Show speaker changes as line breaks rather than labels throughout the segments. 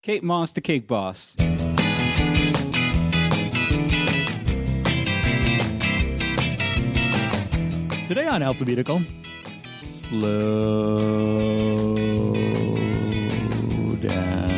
Kate Moss, the cake boss.
Today on Alphabetical, slow down.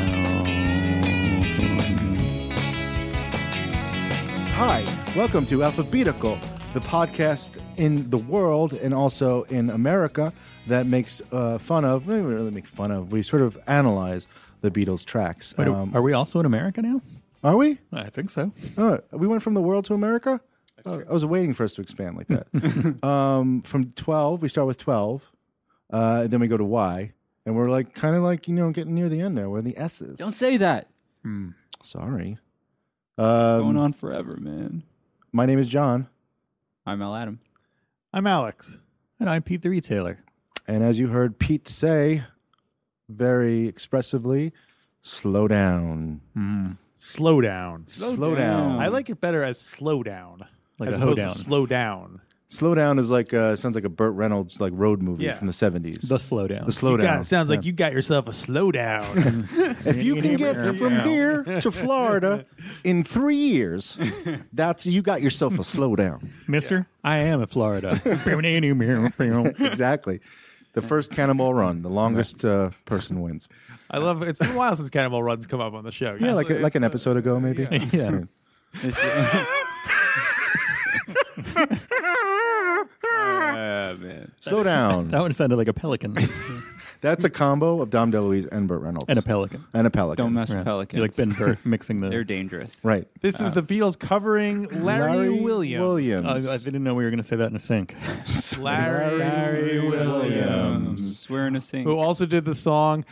Hi, welcome to Alphabetical, the podcast in the world and also in America that makes uh, fun of, we don't really make fun of, we sort of analyze the Beatles tracks.
Wait,
Um,
are we also in America now?
are we?
I think so.
Oh, we went from the world to America? Oh, I was waiting for us to expand like that. um, from 12, we start with 12, uh, then we go to Y, and we're like kind of like, you know, getting near the end there. We're in the S's.
Don't say that.
Sorry. Um,
Going on forever, man.
my name is John,
I'm Al Adam.
I'm Alex.
And I'm Pete the Retailer.
and as you heard Pete say very expressively, slow down.
Slow down.
Slow, down.
down.
I like it better as slow down,
Like a
as opposed
hoedown.
to slow down.
Slow down is like uh, sounds like a Burt Reynolds like road movie
Yeah.
from the 70s.
The slowdown.
The slow
God,
down.
it sounds like you got yourself a slow down.
If you can get from here to Florida in three years, that's you got yourself a slowdown.
Mister, I am in Florida.
exactly. The first cannonball run, the longest uh, person wins.
I love. It's been a while since Cannibal Run's come up on the show.
Yeah, like a, like an episode ago, maybe.
yeah.
Yeah, man.
Slow down.
That one sounded like a pelican
That's a combo of Dom DeLuise and Burt Reynolds
and a pelican.
and a pelican.
Don't mess
Yeah.
with pelicans.
You're like Ben Burr mixing the.
They're dangerous.
Right.
This is the Beatles covering Larry, Williams.
Williams.
I, I didn't know we were going to say that in a sync.
Larry,
Williams. We're in a sink.
who also did the song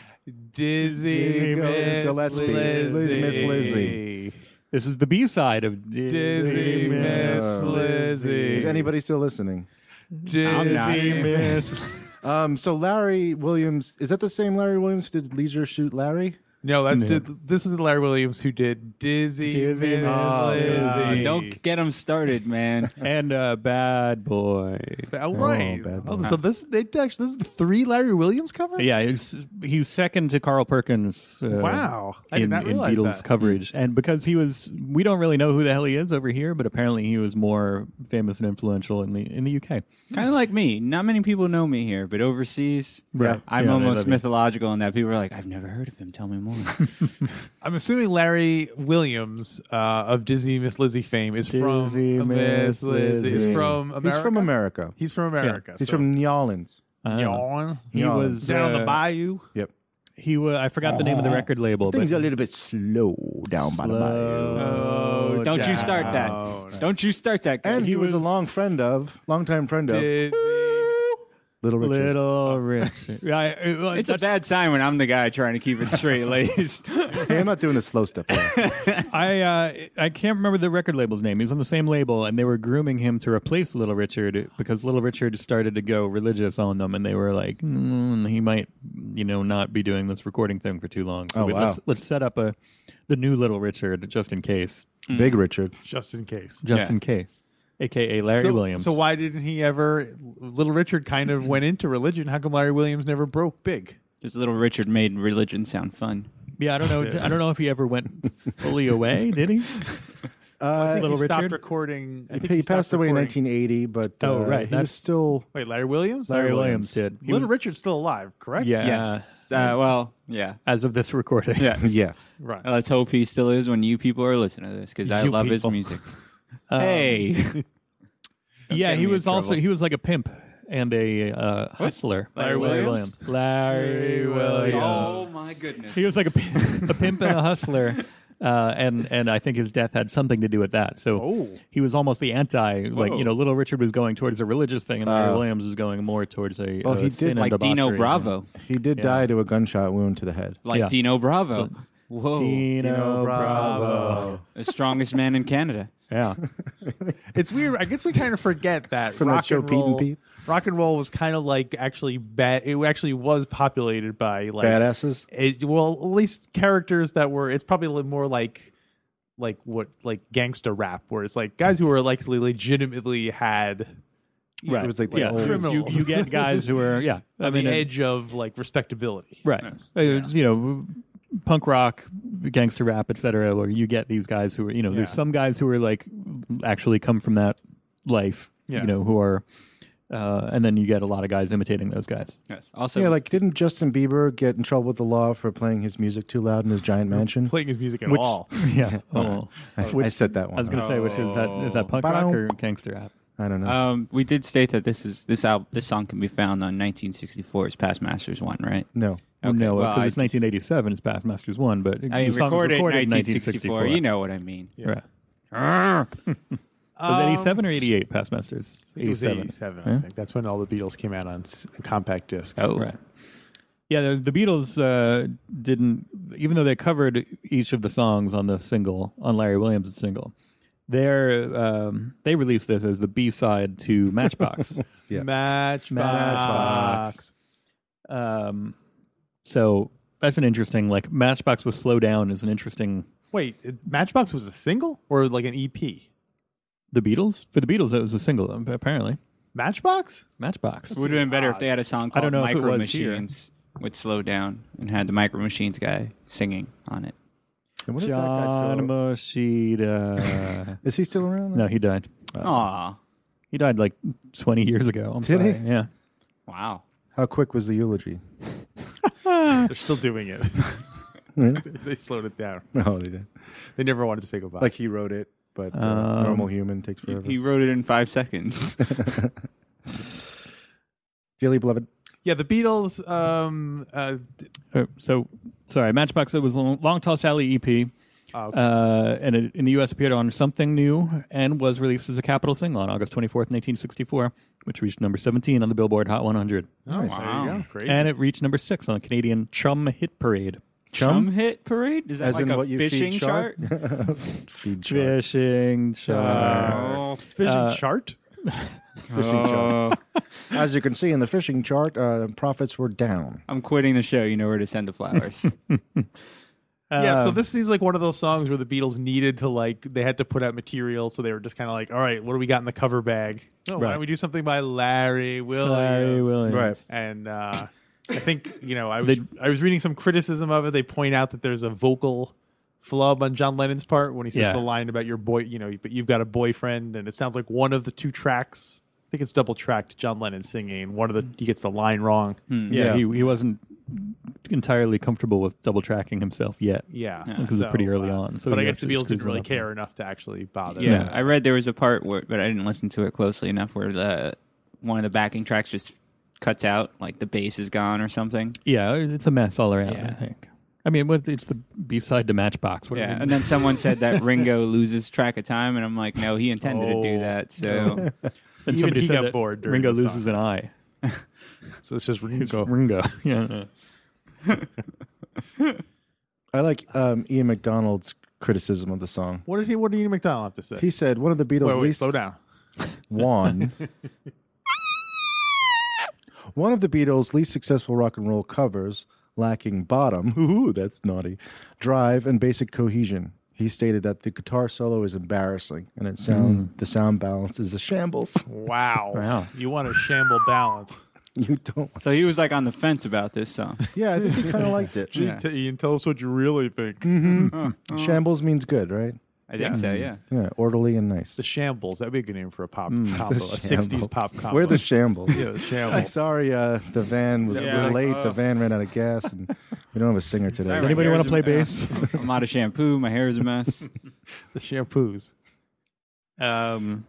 "Dizzy,
Dizzy
Miss
Gillespie.
Lizzie.
Miss Lizzie.
This is the B side of
Dizzy Miss Lizzie.
Is anybody still listening?
Dizzy
not.
Miss?
Um, so Larry Williams is that the same Larry Williams who did Leisure Shoot Larry?
No, that's did, this is Larry Williams who did Dizzy,
Dizzy
Miss
Miss
Lizzie.
Uh, don't get them started, man.
and uh, Bad Boy.
All right.
bad
Oh,
boy.
so this they actually this is the three Larry Williams covers.
Yeah, he's, he's second to Carl Perkins. Uh,
Wow. I did
in,
not
in
realize
Beatles
that.
coverage, and because he was, we don't really know who the hell he is over here, but apparently he was more famous and influential in the in the UK.
kind of like me. Not many people know me here, but overseas,
Right.
I'm
Yeah, they love
almost
you.
mythological in that people are like, I've never heard of him. Tell me more.
I'm assuming Larry Williams uh, of Dizzy Miss Lizzie fame is from
Dizzy Miss
Is
Lizzie.
from America.
He's from America.
He's from America.
He's
so-
from New Orleans.
Uh,
Yawn.
He
Yawn.
was
down on the
uh,
Uh-huh. bayou.
Yep.
He was. I forgot the name of the record label. But
Things are a little bit slow down by the bayou.
Slow
Oh,
Don't you start
down.
that. Don't you start that.
And
guys.
he, was, a long friend of, longtime friend of
Dizzy.
Little Richard.
Little Richard. Yeah, Uh, I- it- well,
it's a
that's-
bad sign when I'm the guy trying to keep it straight laced.
Hey, I'm not doing the slow stuff. here.
I uh, I can't remember the record label's name. He was on the same label, and they were grooming him to replace Little Richard because Little Richard started to go religious on them, and they were like, mm, he might, you know, not be doing this recording thing for too long. So
Oh,
we-
wow.
let's let's set up a the new Little Richard just in case,
Hmm.
Big Richard.
Just in case.
just
Yeah.
in case, aka Larry
so,
Williams.
So why didn't he ever? Little Richard kind of went into religion. How come Larry Williams never broke big?
Just little Richard made religion sound fun.
Yeah, I don't know. I don't know if he ever went fully away. Did he?
I think
Little
he
Richard?
stopped recording.
Uh,
I
He,
think he, stopped
passed away in
recording.
1980, but uh,
Oh, right,
he was
that's-
still.
Wait, Larry Williams?
Larry Williams did. He
Little
was-
Richard's still alive, correct?
Yeah.
yes. Uh, well, yeah.
As of this recording.
Yes.
Yeah.
Right.
Let's hope he still is when you people are listening to this because I
You
love
people.
his music. hey.
Um, yeah,
get
he
me in
was also
trouble.
he was like a pimp and a uh, hustler.
Larry Williams?
Larry Williams.
Oh, my goodness.
He was like a, pimp- a pimp and a hustler. Uh, and and I think his death had something to do with that. So
Oh.
he was almost the anti, like
Whoa.
you know, Little Richard was going towards a religious thing, and Larry Williams was going more towards a
Well,
uh,
he did
sin and
like Dino
debauchery.
Bravo.
He did die to a gunshot wound to the head.
Like
Yeah.
Dino Bravo. Whoa.
Dino
Dino
Bravo.
The strongest man in Canada.
Yeah,
It's weird. I guess we kind of forget that
From that
rock
show,
and
Pete and
roll.
Pete?
Rock and roll was kind of like actually bad. It actually was populated by like
Badasses.
It, well, at least characters that were. It's probably a little more like like what like gangsta rap, where it's like guys who were like legitimately had
right.
It was like the
yeah.
old-
You,
Criminals.
you get guys who are yeah. I
the
mean, uh,
edge of like respectable.
Right. Uh, You know, punk rock gangster rap, etc., where you get these guys who are, you know, there's
Yeah.
some guys who are like actually come from that life,
Yeah.
you know, who are, uh, and then you get a lot of guys imitating those guys.
Yes. Also,
Yeah, like didn't Justin Bieber get in trouble with the law for playing his music too loud in his giant mansion?
playing his music at
Which-
all.
yeah. Oh.
I, I said that one.
I was going to say, which is that is that punk rock or gangster rap?
I don't know.
um, we did state that this is this album, this song can be found on 1964's Past Masters one, right?
no.
Okay,
no,
well,
because
I
it's
just-
1987. It's Past Masters One, but
I mean,
the song was
recorded, in
recorded in
1964. You know Um, what I mean.
Yeah.
Arr!
Was it 87 or 88? Past Masters.
It was
87.
87,
Yeah.
I think. That's when all the Beatles came out on s- compact disc.
Oh,
Right. Yeah, the, the Beatles uh, didn't, even though they covered each of the songs on the single, on Larry Williams' single, their, um, they released this as the B side to Matchbox.
Yeah.
Matchbox.
Matchbox.
um, so that's an interesting, like, Matchbox with Slow Down is an interesting.
Wait, it- Matchbox was a single or like an E EP?
The Beatles? For the Beatles, it was a single, um, apparently.
Matchbox?
Matchbox.
Would have been better if they had a song
I
called
don't know if it
Micro
was here.
Machines with Slow Down and had the Micro Machines guy singing on it.
And what if that guy's
John
still,
Moshida.
is he still around?
no, he died. Uh,
Aw.
He died like 20 years ago. I'm
Did
sorry.
he?
Yeah.
Wow.
How quick was the eulogy?
They're still doing it.
Really?
they slowed it down.
No, they didn't.
They never wanted to say goodbye.
Like he wrote it, but uh,
Um,
normal human takes forever.
He wrote it in five seconds.
Dearly beloved.
yeah, the Beatles. Um, uh, d-
Uh, so sorry, Matchbox. It was Long, Long Tall Sally EP,
oh,
uh, and it in the U.S. appeared on Something New and was released as a capital single on August 24th, 1964, which reached number 17 on the Billboard Hot 100,
wow.
there you go. Crazy.
and it reached number six on the Canadian Chum Hit Parade.
Chum hit parade? Is that
As
like
in
a
what you feed
fishing
shark?
chart?
Feed shark.
Fishing chart.
Oh,
Fishing Uh, chart?
Fishing chart. As you can see in the fishing chart, uh, profits were down.
I'm quitting the show. You know where to send the flowers.
yeah, so
um,
this seems like one of those songs where the Beatles needed to like they had to put out material, so they were just kind of like, all right, what do we got in the cover bag? Oh, why
Right.
don't we do something by Larry Williams?
Larry Williams.
And uh, I think you know, I was I was reading some criticism of it. They point out that there's a vocal flub on John Lennon's part when he says
Yeah.
the line about your boy, you know, but you've got a boyfriend, and it sounds like one of the two tracks. I think it's double tracked John Lennon singing, and one of the he gets the line wrong.
Yeah,
Yeah.
He, he wasn't entirely comfortable with double tracking himself yet.
Yeah, uh,
This
is pretty early on, so
but I
he
guess the
actually
Beatles
screws
didn't
it
really
up.
care enough to actually bother.
yeah, I read there was a part where, but I didn't listen to it closely enough, where the one of the backing tracks just cuts out, like the bass is gone or something.
Yeah, it's a mess all around.
Yeah.
I think. I mean, what, it's the B side to Matchbox. What do
Yeah,
you-
and then someone said that Ringo loses track of time, and I'm like, no, he intended to
Oh.
do that. So
And
Even
somebody
he
said
got
that
bored during
Ringo
the song.
loses an eye.
So it's just Ringo.
Ringo. yeah.
I like um, Ian McDonald's criticism of the song.
What did he? What did Ian McDonald have to say?
He said one of the Beatles'
wait, wait,
least
slow down.
one. one of the Beatles' least successful rock and roll covers, lacking bottom, ooh, that's naughty, drive, and basic cohesion. He stated that the guitar solo is embarrassing and it sound the sound balance is a shambles.
Wow.
Mm. Wow.
You want a shamble balance.
you don't.
so he was like on the fence about this song.
Yeah, I think he kind of liked it. Mm-hmm.
Yeah.
T- Ian, tell us what you really think.
Uh-huh.
Shambles means good, right?
I think so. Yeah.
Yeah, orderly and nice.
The shambles. That'd be a good name for a pop
Mm,
combo, a '60s pop combo.
We're the shambles.
yeah, the
I'm
shambles.
sorry, uh, the van was
Yeah,
we're
like,
late.
uh,
the van ran out of gas, and we don't have a singer today.
Sorry,
Does anybody
my
want to
hair's
play
a-
bass?
I'm out of shampoo. My hair is a mess.
the shampoos.
um,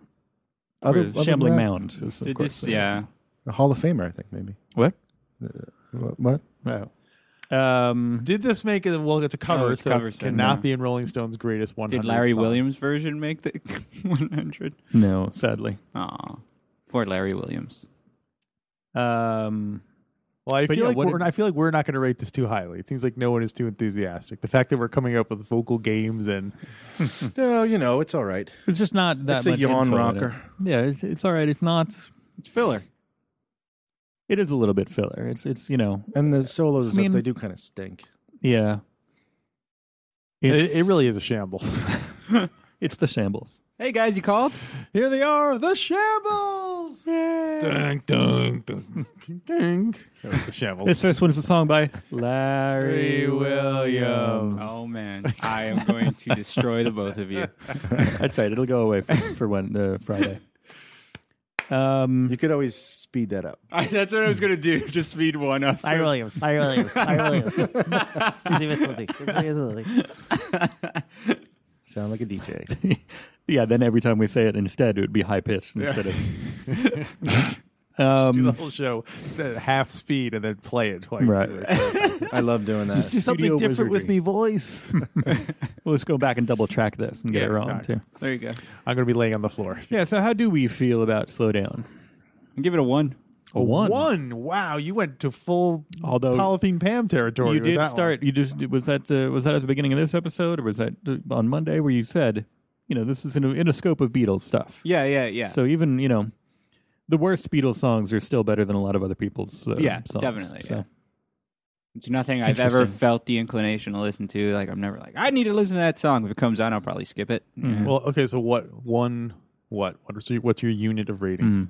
Other-
or
other than
Shambling
that,
Mound. Is, of
Did
course,
this, yeah.
a Hall of Famer, I think maybe.
What?
What? what?
Wow. Um,
Did this make it? Well, it's a cover,
No, it's
so
cover,
it
so
cannot
no.
be in Rolling Stone's greatest 100.
Did Larry
songs.
Williams' version make the 100?
no, sadly.
Aw. Poor Larry Williams.
Um,
Well, I
But
feel
yeah,
like
what
we're,
did-
I feel like we're not going to rate this too highly. It seems like no one is too enthusiastic. The fact that we're coming up with vocal games and
Hmm. No, you know it's all right.
it's just not that
It's a
much.
yawn
info in it.
rocker.
Yeah, it's, it's all right. It's not.
It's filler.
It is a little bit filler. It's it's you know
And the solos, and
I
stuff,
mean-
they do kind of stink.
yeah.
it,
It's-
it really is a shamble.
it's the shambles.
Hey guys, you called?
Here they are, the shambles.
Yes.
Dunk, dunk, dunk, dunk. That was the
This
shambles.
first one is a song by Larry
Larry Williams.
Williams.
Oh man, I am going to destroy the both of you.
That's right. It'll go away for, for when uh, Friday. Um,
You could always speed that up.
I, that's what I was gonna do. Just speed one up.
Larry Williams. Larry Williams. Larry Williams. Easy Miss Lizzie. Easy Miss Lizzie.
Sound like a DJ.
yeah. Then every time we say it, instead it would be high pitched instead of.
Do the
um,
whole show at half speed and then play it twice.
Right.
I love doing that.
Do something
Studio
different with
wizardry.
me voice.
well, let's go back and double track this and get
Yeah,
it wrong
exactly.
too.
There you go.
I'm gonna be laying on the floor.
Yeah. So how do we feel about slow down?
Give it a one.
A one.
One. Oh. Wow, you went to full
Although-
polythene Pam territory.
You
with
did
that one.
start. You just was that uh, was that at the beginning of this episode, or was that uh, on Monday where you said, you know, this is in a, in a scope of Beatles stuff.
Yeah, yeah, yeah.
So even you know, the worst Beatles songs are still better than a lot of other people's. Uh,
Yeah,
songs.
definitely,
So
yeah. It's nothing I've ever
Interesting.
felt the inclination to listen to. Like I'm never like I need to listen to that song. If it comes on, I'll probably skip it. Yeah.
Well, okay. So what? One. What? What is your, what's your unit of rating?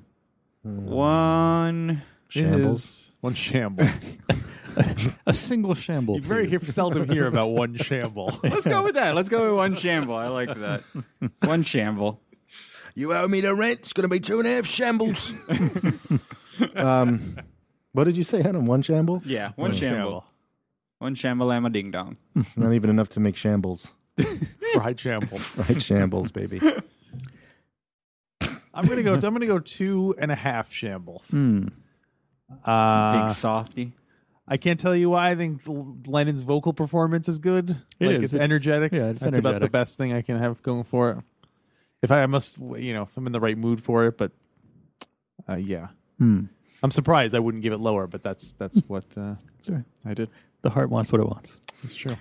One.
Is one shamble.
a single shamble.
you very
please.
seldom hear about one shamble.
Let's go with that. Let's go with one shamble. I like that. One shamble.
You owe me the rent. It's going to be two and a half shambles.
Um, what did you say, Adam? One shamble?
Yeah, one, shamble.
shamble.
One shamble. I'm a ding dong.
It's not even enough to make shambles.
Fried shamble.
Right, shambles, baby.
I'm gonna go. I'm gonna go two and a half shambles.
Hmm.
Uh,
Big softy.
I can't tell you why I think L- Lennon's vocal performance is good.
It
like
is.
it's,
It's-
energetic.
yeah, it's
That's about the
energetic.
best thing I can have going for it. If I, I must, you know, if I'm in the right mood for it, but uh, yeah,
Hmm.
I'm surprised I wouldn't give it lower, but that's that's what uh,
Sorry.
I did.
The heart wants what it wants.
It's true.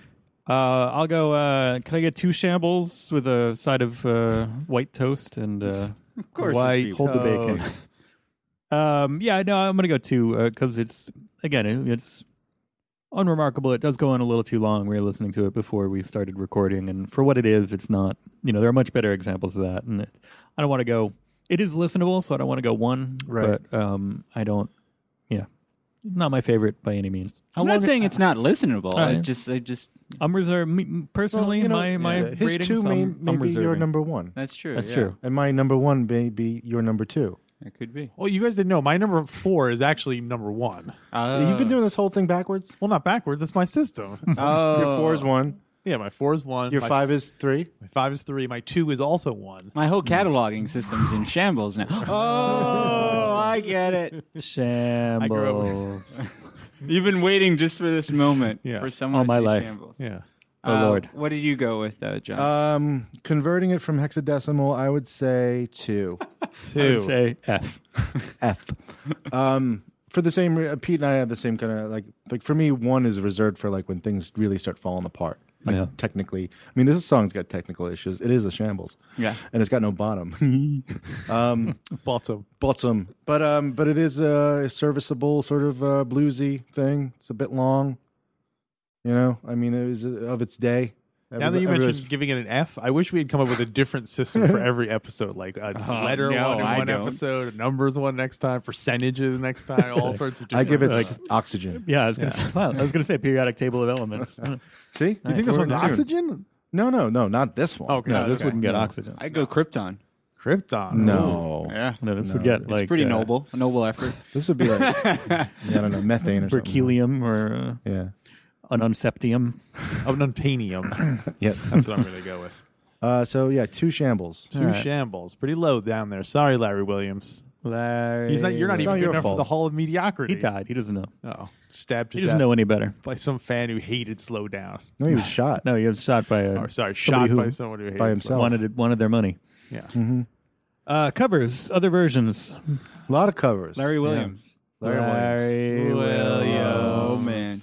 Uh, I'll go. Uh, can I get two shambles with a side of uh, white toast and uh,
Of course.
Why
hold the bacon?
Oh.
Um, yeah, no, I'm gonna go two because it's again, it- it's unremarkable. It does go on a little too long. We were listening to it before we started recording, and for what it is, it's not. You know, there are much better examples of that, and it, I don't want to go. It is listenable, so I don't want to go one.
Right.
But um, I don't. Yeah, not my favorite by any means.
I'm not saying it's not listenable.
Uh,
I just, I just.
I'm reserving me, personally
Well, you know,
my my
his
ratings.
two
I'm,
may,
I'm
may be your
reserving.
number one,
That's true.
That's
yeah.
true.
and my number one may be your number two.
It could be.
Well, Oh, you guys didn't know my number four is actually number one.
Uh,
You've been doing this whole thing backwards.
Well, not backwards. That's my system.
Oh.
Your four is one.
yeah, my four is one.
Your
my,
five is three.
My five is three. My two is also one.
My whole cataloging system's in shambles now. Oh, I get it.
grew up
Shambles.
You've been waiting just for this moment
Yeah.
for someone
All
to
my
say
life.
shambles.
Yeah.
Oh,
Uh,
Lord.
What did you go with, uh, John?
Um, converting it from hexadecimal, I would say two.
I
Two.
would say F.
F. Um, for the same, re- Pete and I have the same kind of like, like for me, one is reserved for like when things really start falling apart. Like
Yeah.
technically, I mean, this song's got technical issues. It is a shambles,
yeah.
and it's got no bottom, um,
Bottom.
bottom. But um, but it is a serviceable sort of uh, bluesy thing. It's a bit long, you know. I mean, it was uh, of its day.
Now that
Everybody-
you
everybody's-
mentioned giving it an F, I wish we had come up with a different system for every episode, like a
Oh,
letter
no,
one in
I
one
don't.
episode, a numbers one next time, percentages next time, all sorts of. Different
I give it
Like,
s- oxygen.
Yeah, I was gonna say. Wow, I was gonna say periodic table of elements.
See, you
you think this one's oxygen?
No, no, no, not this one.
Oh, okay.
No,
No,
this
okay.
wouldn't get oxygen.
I'd go Krypton.
Krypton.
No,
Yeah.
No, this would
No.
get like
it's pretty
uh,
noble. A noble effort.
this would be like yeah, I don't know, methane or something.
Berkelium or
Yeah.
uh, an unseptium.
Of Oh, an unpanium.
Yes.
That's what I'm going to go with.
Uh, so yeah, two shambles.
Two shambles. Pretty low down there. Sorry, Larry Williams.
Larry,
He's not. You're not
It's
even
not
good
your
enough for
fault.
the Hall of Mediocrity.
He died. He doesn't know.
Oh, stabbed to
He
death
doesn't know any better.
by some fan who hated slow down.
No, he was shot.
No, he was shot by a
Or Oh,
somebody
sorry, shot
who
by someone who hated
by
Slow
himself.
wanted it, wanted their money.
Down. Yeah.
Uh, covers, other versions.
A lot of covers.
Larry Williams.
Larry Williams.
Larry
Williams.
Oh,
Williams.
man.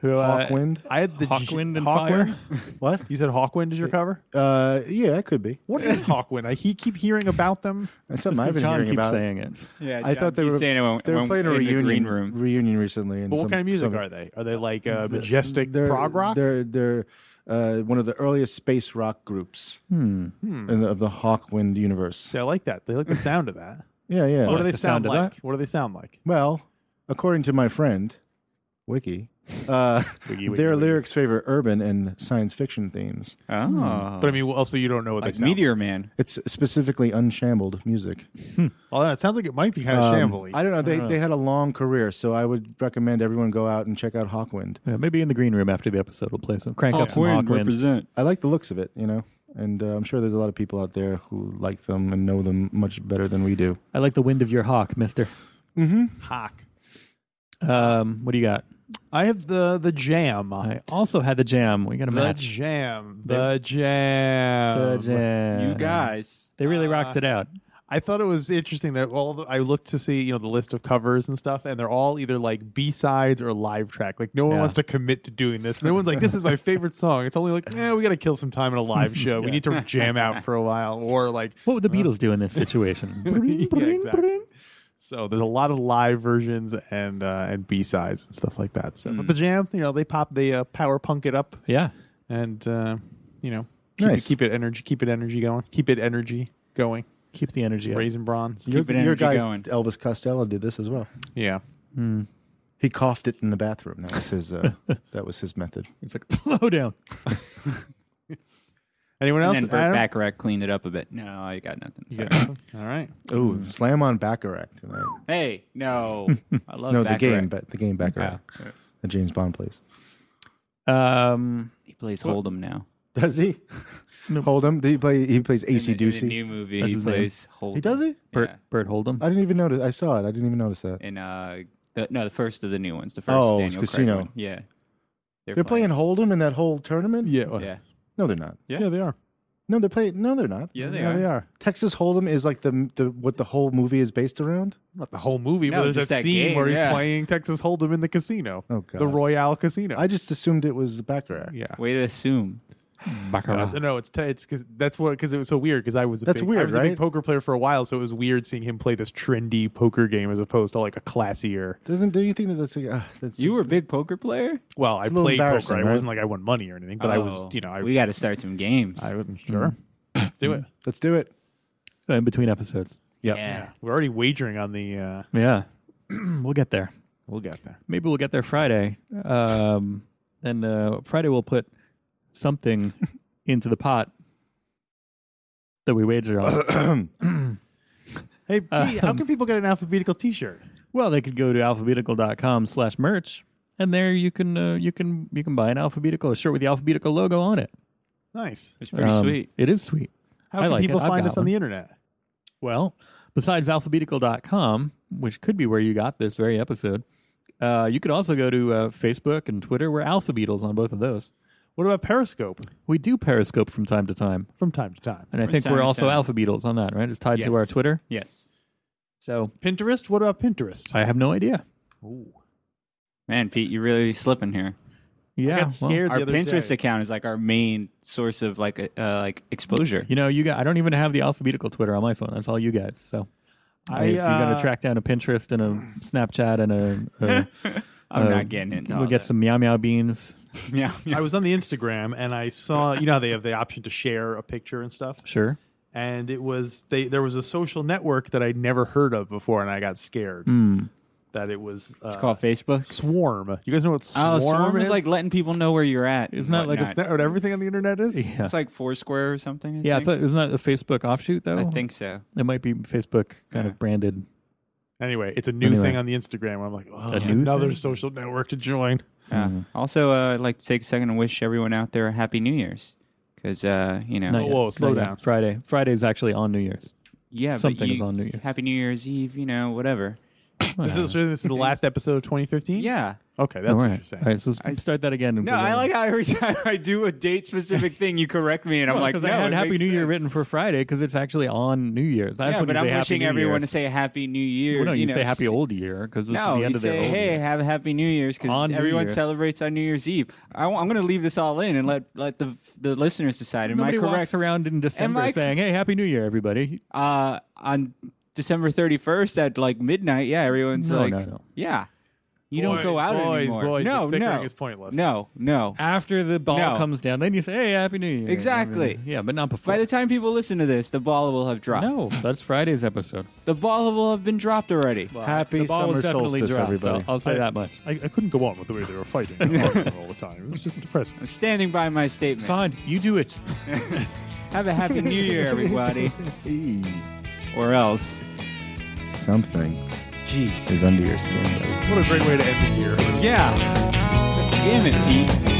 Who, uh,
Hawkwind?
I had the
Hawkwind and Fire?
What?
You said Hawkwind is your cover.
Uh, yeah, it could be.
What is Hawkwind? I he keep hearing about them.
That's something I've
Because
been
John
hearing
keeps
about.
saying it.
Yeah,
I thought they were
saying it when,
they were
when-
playing a
in the
reunion
green room.
reunion recently. And
But what
some-
kind of music
some-
are they? Are they like uh, majestic
they're,
prog rock?
They're they're uh, one of the earliest space rock groups in the, of the Hawkwind universe.
See, I like that. They like the sound of that.
Yeah, yeah.
what do they
the sound
sound,
of
like? What do they sound like?
Well, according to my friend Wiki, uh,
wiki,
their
wiki.
lyrics favor urban and science fiction themes.
Oh,
But I mean, also you don't know what
like
they sound.
Meteor Man.
It's specifically unshambled music.
Like. Although it sounds like it might be kind of
Um,
shambly.
I don't know. They they had a long career, so I would recommend everyone go out and check out Hawkwind.
Yeah, maybe in the green room after the episode, we'll play some
Oh,
crank up some
Hawkwind
Hawkwind.
Oh, represent.
I like the looks of it, you know, and uh, I'm sure there's a lot of people out there who like them and know them much better than we do.
I like the wind of your hawk, Mister.
Hawk.
Um, what do you got?
I have the the jam.
I also had the jam. We got a
the
match.
jam.
The-
The
The
jam.
jam.
you guys.
They really rocked it out.
I thought it was interesting that all the, I looked to see you know the list of covers and stuff, and they're all either like B sides or live track. Like no one
Yeah.
wants to commit to doing this. No one's like, "This is my favorite song." It's only like, "Yeah, we got to kill some time in a live show. We need to jam out for a while," or like,
What would the Beatles do in this situation? Bring,
Yeah,
bring,
exactly.
bring.
So there's a lot of live versions and uh, and B sides and stuff like that. So
Hmm.
but the jam, you know, they pop, they uh, power punk it up,
Yeah.
and uh, you know, keep,
Nice.
it, keep it energy, keep it energy going, keep it energy going.
Keep the energy up.
Raising bronze,
Keep it
your, your
energy
guy
going.
Elvis Costello did this as well.
yeah.
He coughed it in the bathroom. That was his. Uh, that was his method.
It's like, slow down.
Anyone
And
else?
then
Adam?
Burt Bacharach cleaned it up a bit. No, I got nothing. Sorry.
All right.
Oh, slam on Bacharach tonight.
Hey, no, I love
no,
Bacharach.
the game, but the game Bacharach that James Bond plays.
Um,
He plays Hold'em now.
Does he? Hold him. Did he play? He plays
In the-
AC
in the
Ducey.
new movie.
That's
he
his name.
plays Hold'em.
He does Uh, he?
Bert,
Yeah.
Bert Holdem.
I didn't even notice. I saw it. I didn't even notice that.
in uh, the, no, the first of the new ones. The first
Oh,
Daniel Craig
Casino.
one. Yeah,
They're playing Hold'em in that whole tournament.
Yeah. well,
Yeah,
No, they're not.
Yeah.
yeah, they are.
No, they're playing. No, they're not.
yeah, they
yeah,
are.
they are.
Texas Hold'em is like the the what the whole movie is based around.
Not the whole movie,
No,
but there's
just
a
that
scene
game,
where he's
yeah.
playing Texas Hold'em in the casino,
Oh god.
the Royale Casino.
I just assumed it was Bacharach.
yeah.
Way to assume.
Baccarat.
Uh, no, it's t- it's because that's what because it was so weird because I was a
That's
big, I
weird,
was a big
right?
poker player for a while, so it was weird seeing him play this trendy poker game as opposed to like a classier.
Doesn't do you think that that's like, uh, that's
You were a big poker player.
Well, I
a little
played poker.
embarrassing,
I
right?
wasn't like I won money or anything, but I was
Oh,
you know I
we got to start some games.
I wasn't sure. Let's do it.
Let's do it.
In between episodes.
Yep.
yeah,
We're already wagering on the. uh
Yeah. we'll get there.
We'll get there.
Maybe we'll get there Friday. Um, and uh, Friday we'll put something into the pot that we wager on.
Hey,
Uh,
Pete, how can people get an alphabetical T-shirt?
Well, they could go to alphabetical.com slash merch, and there you can uh, you can you can buy an alphabetical a shirt with the alphabetical logo on it.
Nice.
it's pretty
Um,
sweet.
It is sweet.
How
I
can
like
people
it. I've
find
got
us on the internet?
Well, besides alphabetical.com, which could be where you got this very episode, uh, you could also go to uh, Facebook and Twitter. We're Alpha Beatles on both of those.
What about Periscope?
We do Periscope from time to time,
From time to time.
and I
From
think
time
we're
to
also
time.
Alpha Beatles on that, right? It's tied to our
Yes.
Twitter.
Yes,
So
Pinterest? What about Pinterest?
I have no idea.
man, Pete, you're really slipping here.
Yeah,
I
well,
got scared
Our
the other
Pinterest
day.
account is like our main source of like uh, like exposure.
you know, you got. I don't even have the alphabetical Twitter on my phone. That's all you guys. So.
I,
if you're
uh,
gonna track down a Pinterest and a Snapchat and a, a
I'm
uh,
not getting into.
we'll
all
get
that.
some meow meow beans.
Yeah, yeah.
I was on the Instagram and I saw, you know, how they have the option to share a picture and stuff.
Sure,
And it was they there was a social network that I'd never heard of before, and I got scared that it was uh,
Hmm. It's called Facebook.
Swarm. You guys know what Swarm,
Oh, Swarm is
is?
like letting people know where you're at. and
Isn't that like a
whatnot.
Isn't that what everything on the internet is?
yeah,
It's like Foursquare or something. I
yeah. I
think.
thought wasn't that a Facebook offshoot though?
I think so.
it might be Facebook kind of branded.
Anyway, it's a new
Anyway.
thing on the Instagram. I'm like, oh,
new
another
thing?
social network to join.
Yeah.
Mm-hmm.
Also, uh, I'd like to take a second and wish everyone out there a happy New Year's. Because, uh, you know,
Not yet.
whoa, slow
Not yet.
down.
Friday. Friday's actually on New Year's.
yeah, but
something
you-
is on New Year's.
Happy New Year's Eve, you know, whatever.
This is, this is the last episode of 2015.
Yeah.
Okay, that's
All
what
right.
you're saying.
All right, so let's start that again.
No, I like how every time I do a date specific thing, you correct me, and I'm like,
because
no,
I had
it
Happy New
makes
Year
sense."
written for Friday because it's actually on New Year's. That's
Yeah,
when
but
you say
I'm
Happy
wishing
New
everyone to
Year's.
say Happy New Year.
Well, no, you,
know,
say Happy
s-
Old Year because this is
No,
the end
you
of their
say,
old
hey,
year.
have a Happy New Year's
On
because
New
everyone
Year's.
celebrates on New Year's Eve. I, am going to leave this all in and let let the the listeners decide. Am
Nobody
I correct?
walks around in December
I-
saying, "Hey, Happy New Year, everybody."
uh, on December 31st at like midnight. Yeah, everyone's
No,
like,
no, no.
yeah, you don't
Boys,
go out
boys,
anymore.
boys,
no,
this bickering
no,
is pointless.
No, no.
After the ball
No.
comes down, then you say, "Hey, Happy New Year."
Exactly.
Yeah, but not before.
By the time people listen to this, the ball will have dropped.
no, that's Friday's episode.
The ball will have been dropped already.
Happy
the ball was
summer
definitely
solstice,
dropped,
everybody.
I'll, I'll say
I-
that much.
I, I couldn't go on with the way they were fighting all the time. It was just depressing.
I'm standing by my statement.
Fine, you do it.
Have a happy new year, everybody. or else.
Something
Jeez.
is under your skin, buddy.
What a great way to end the year.
Yeah. Damn it, Pete.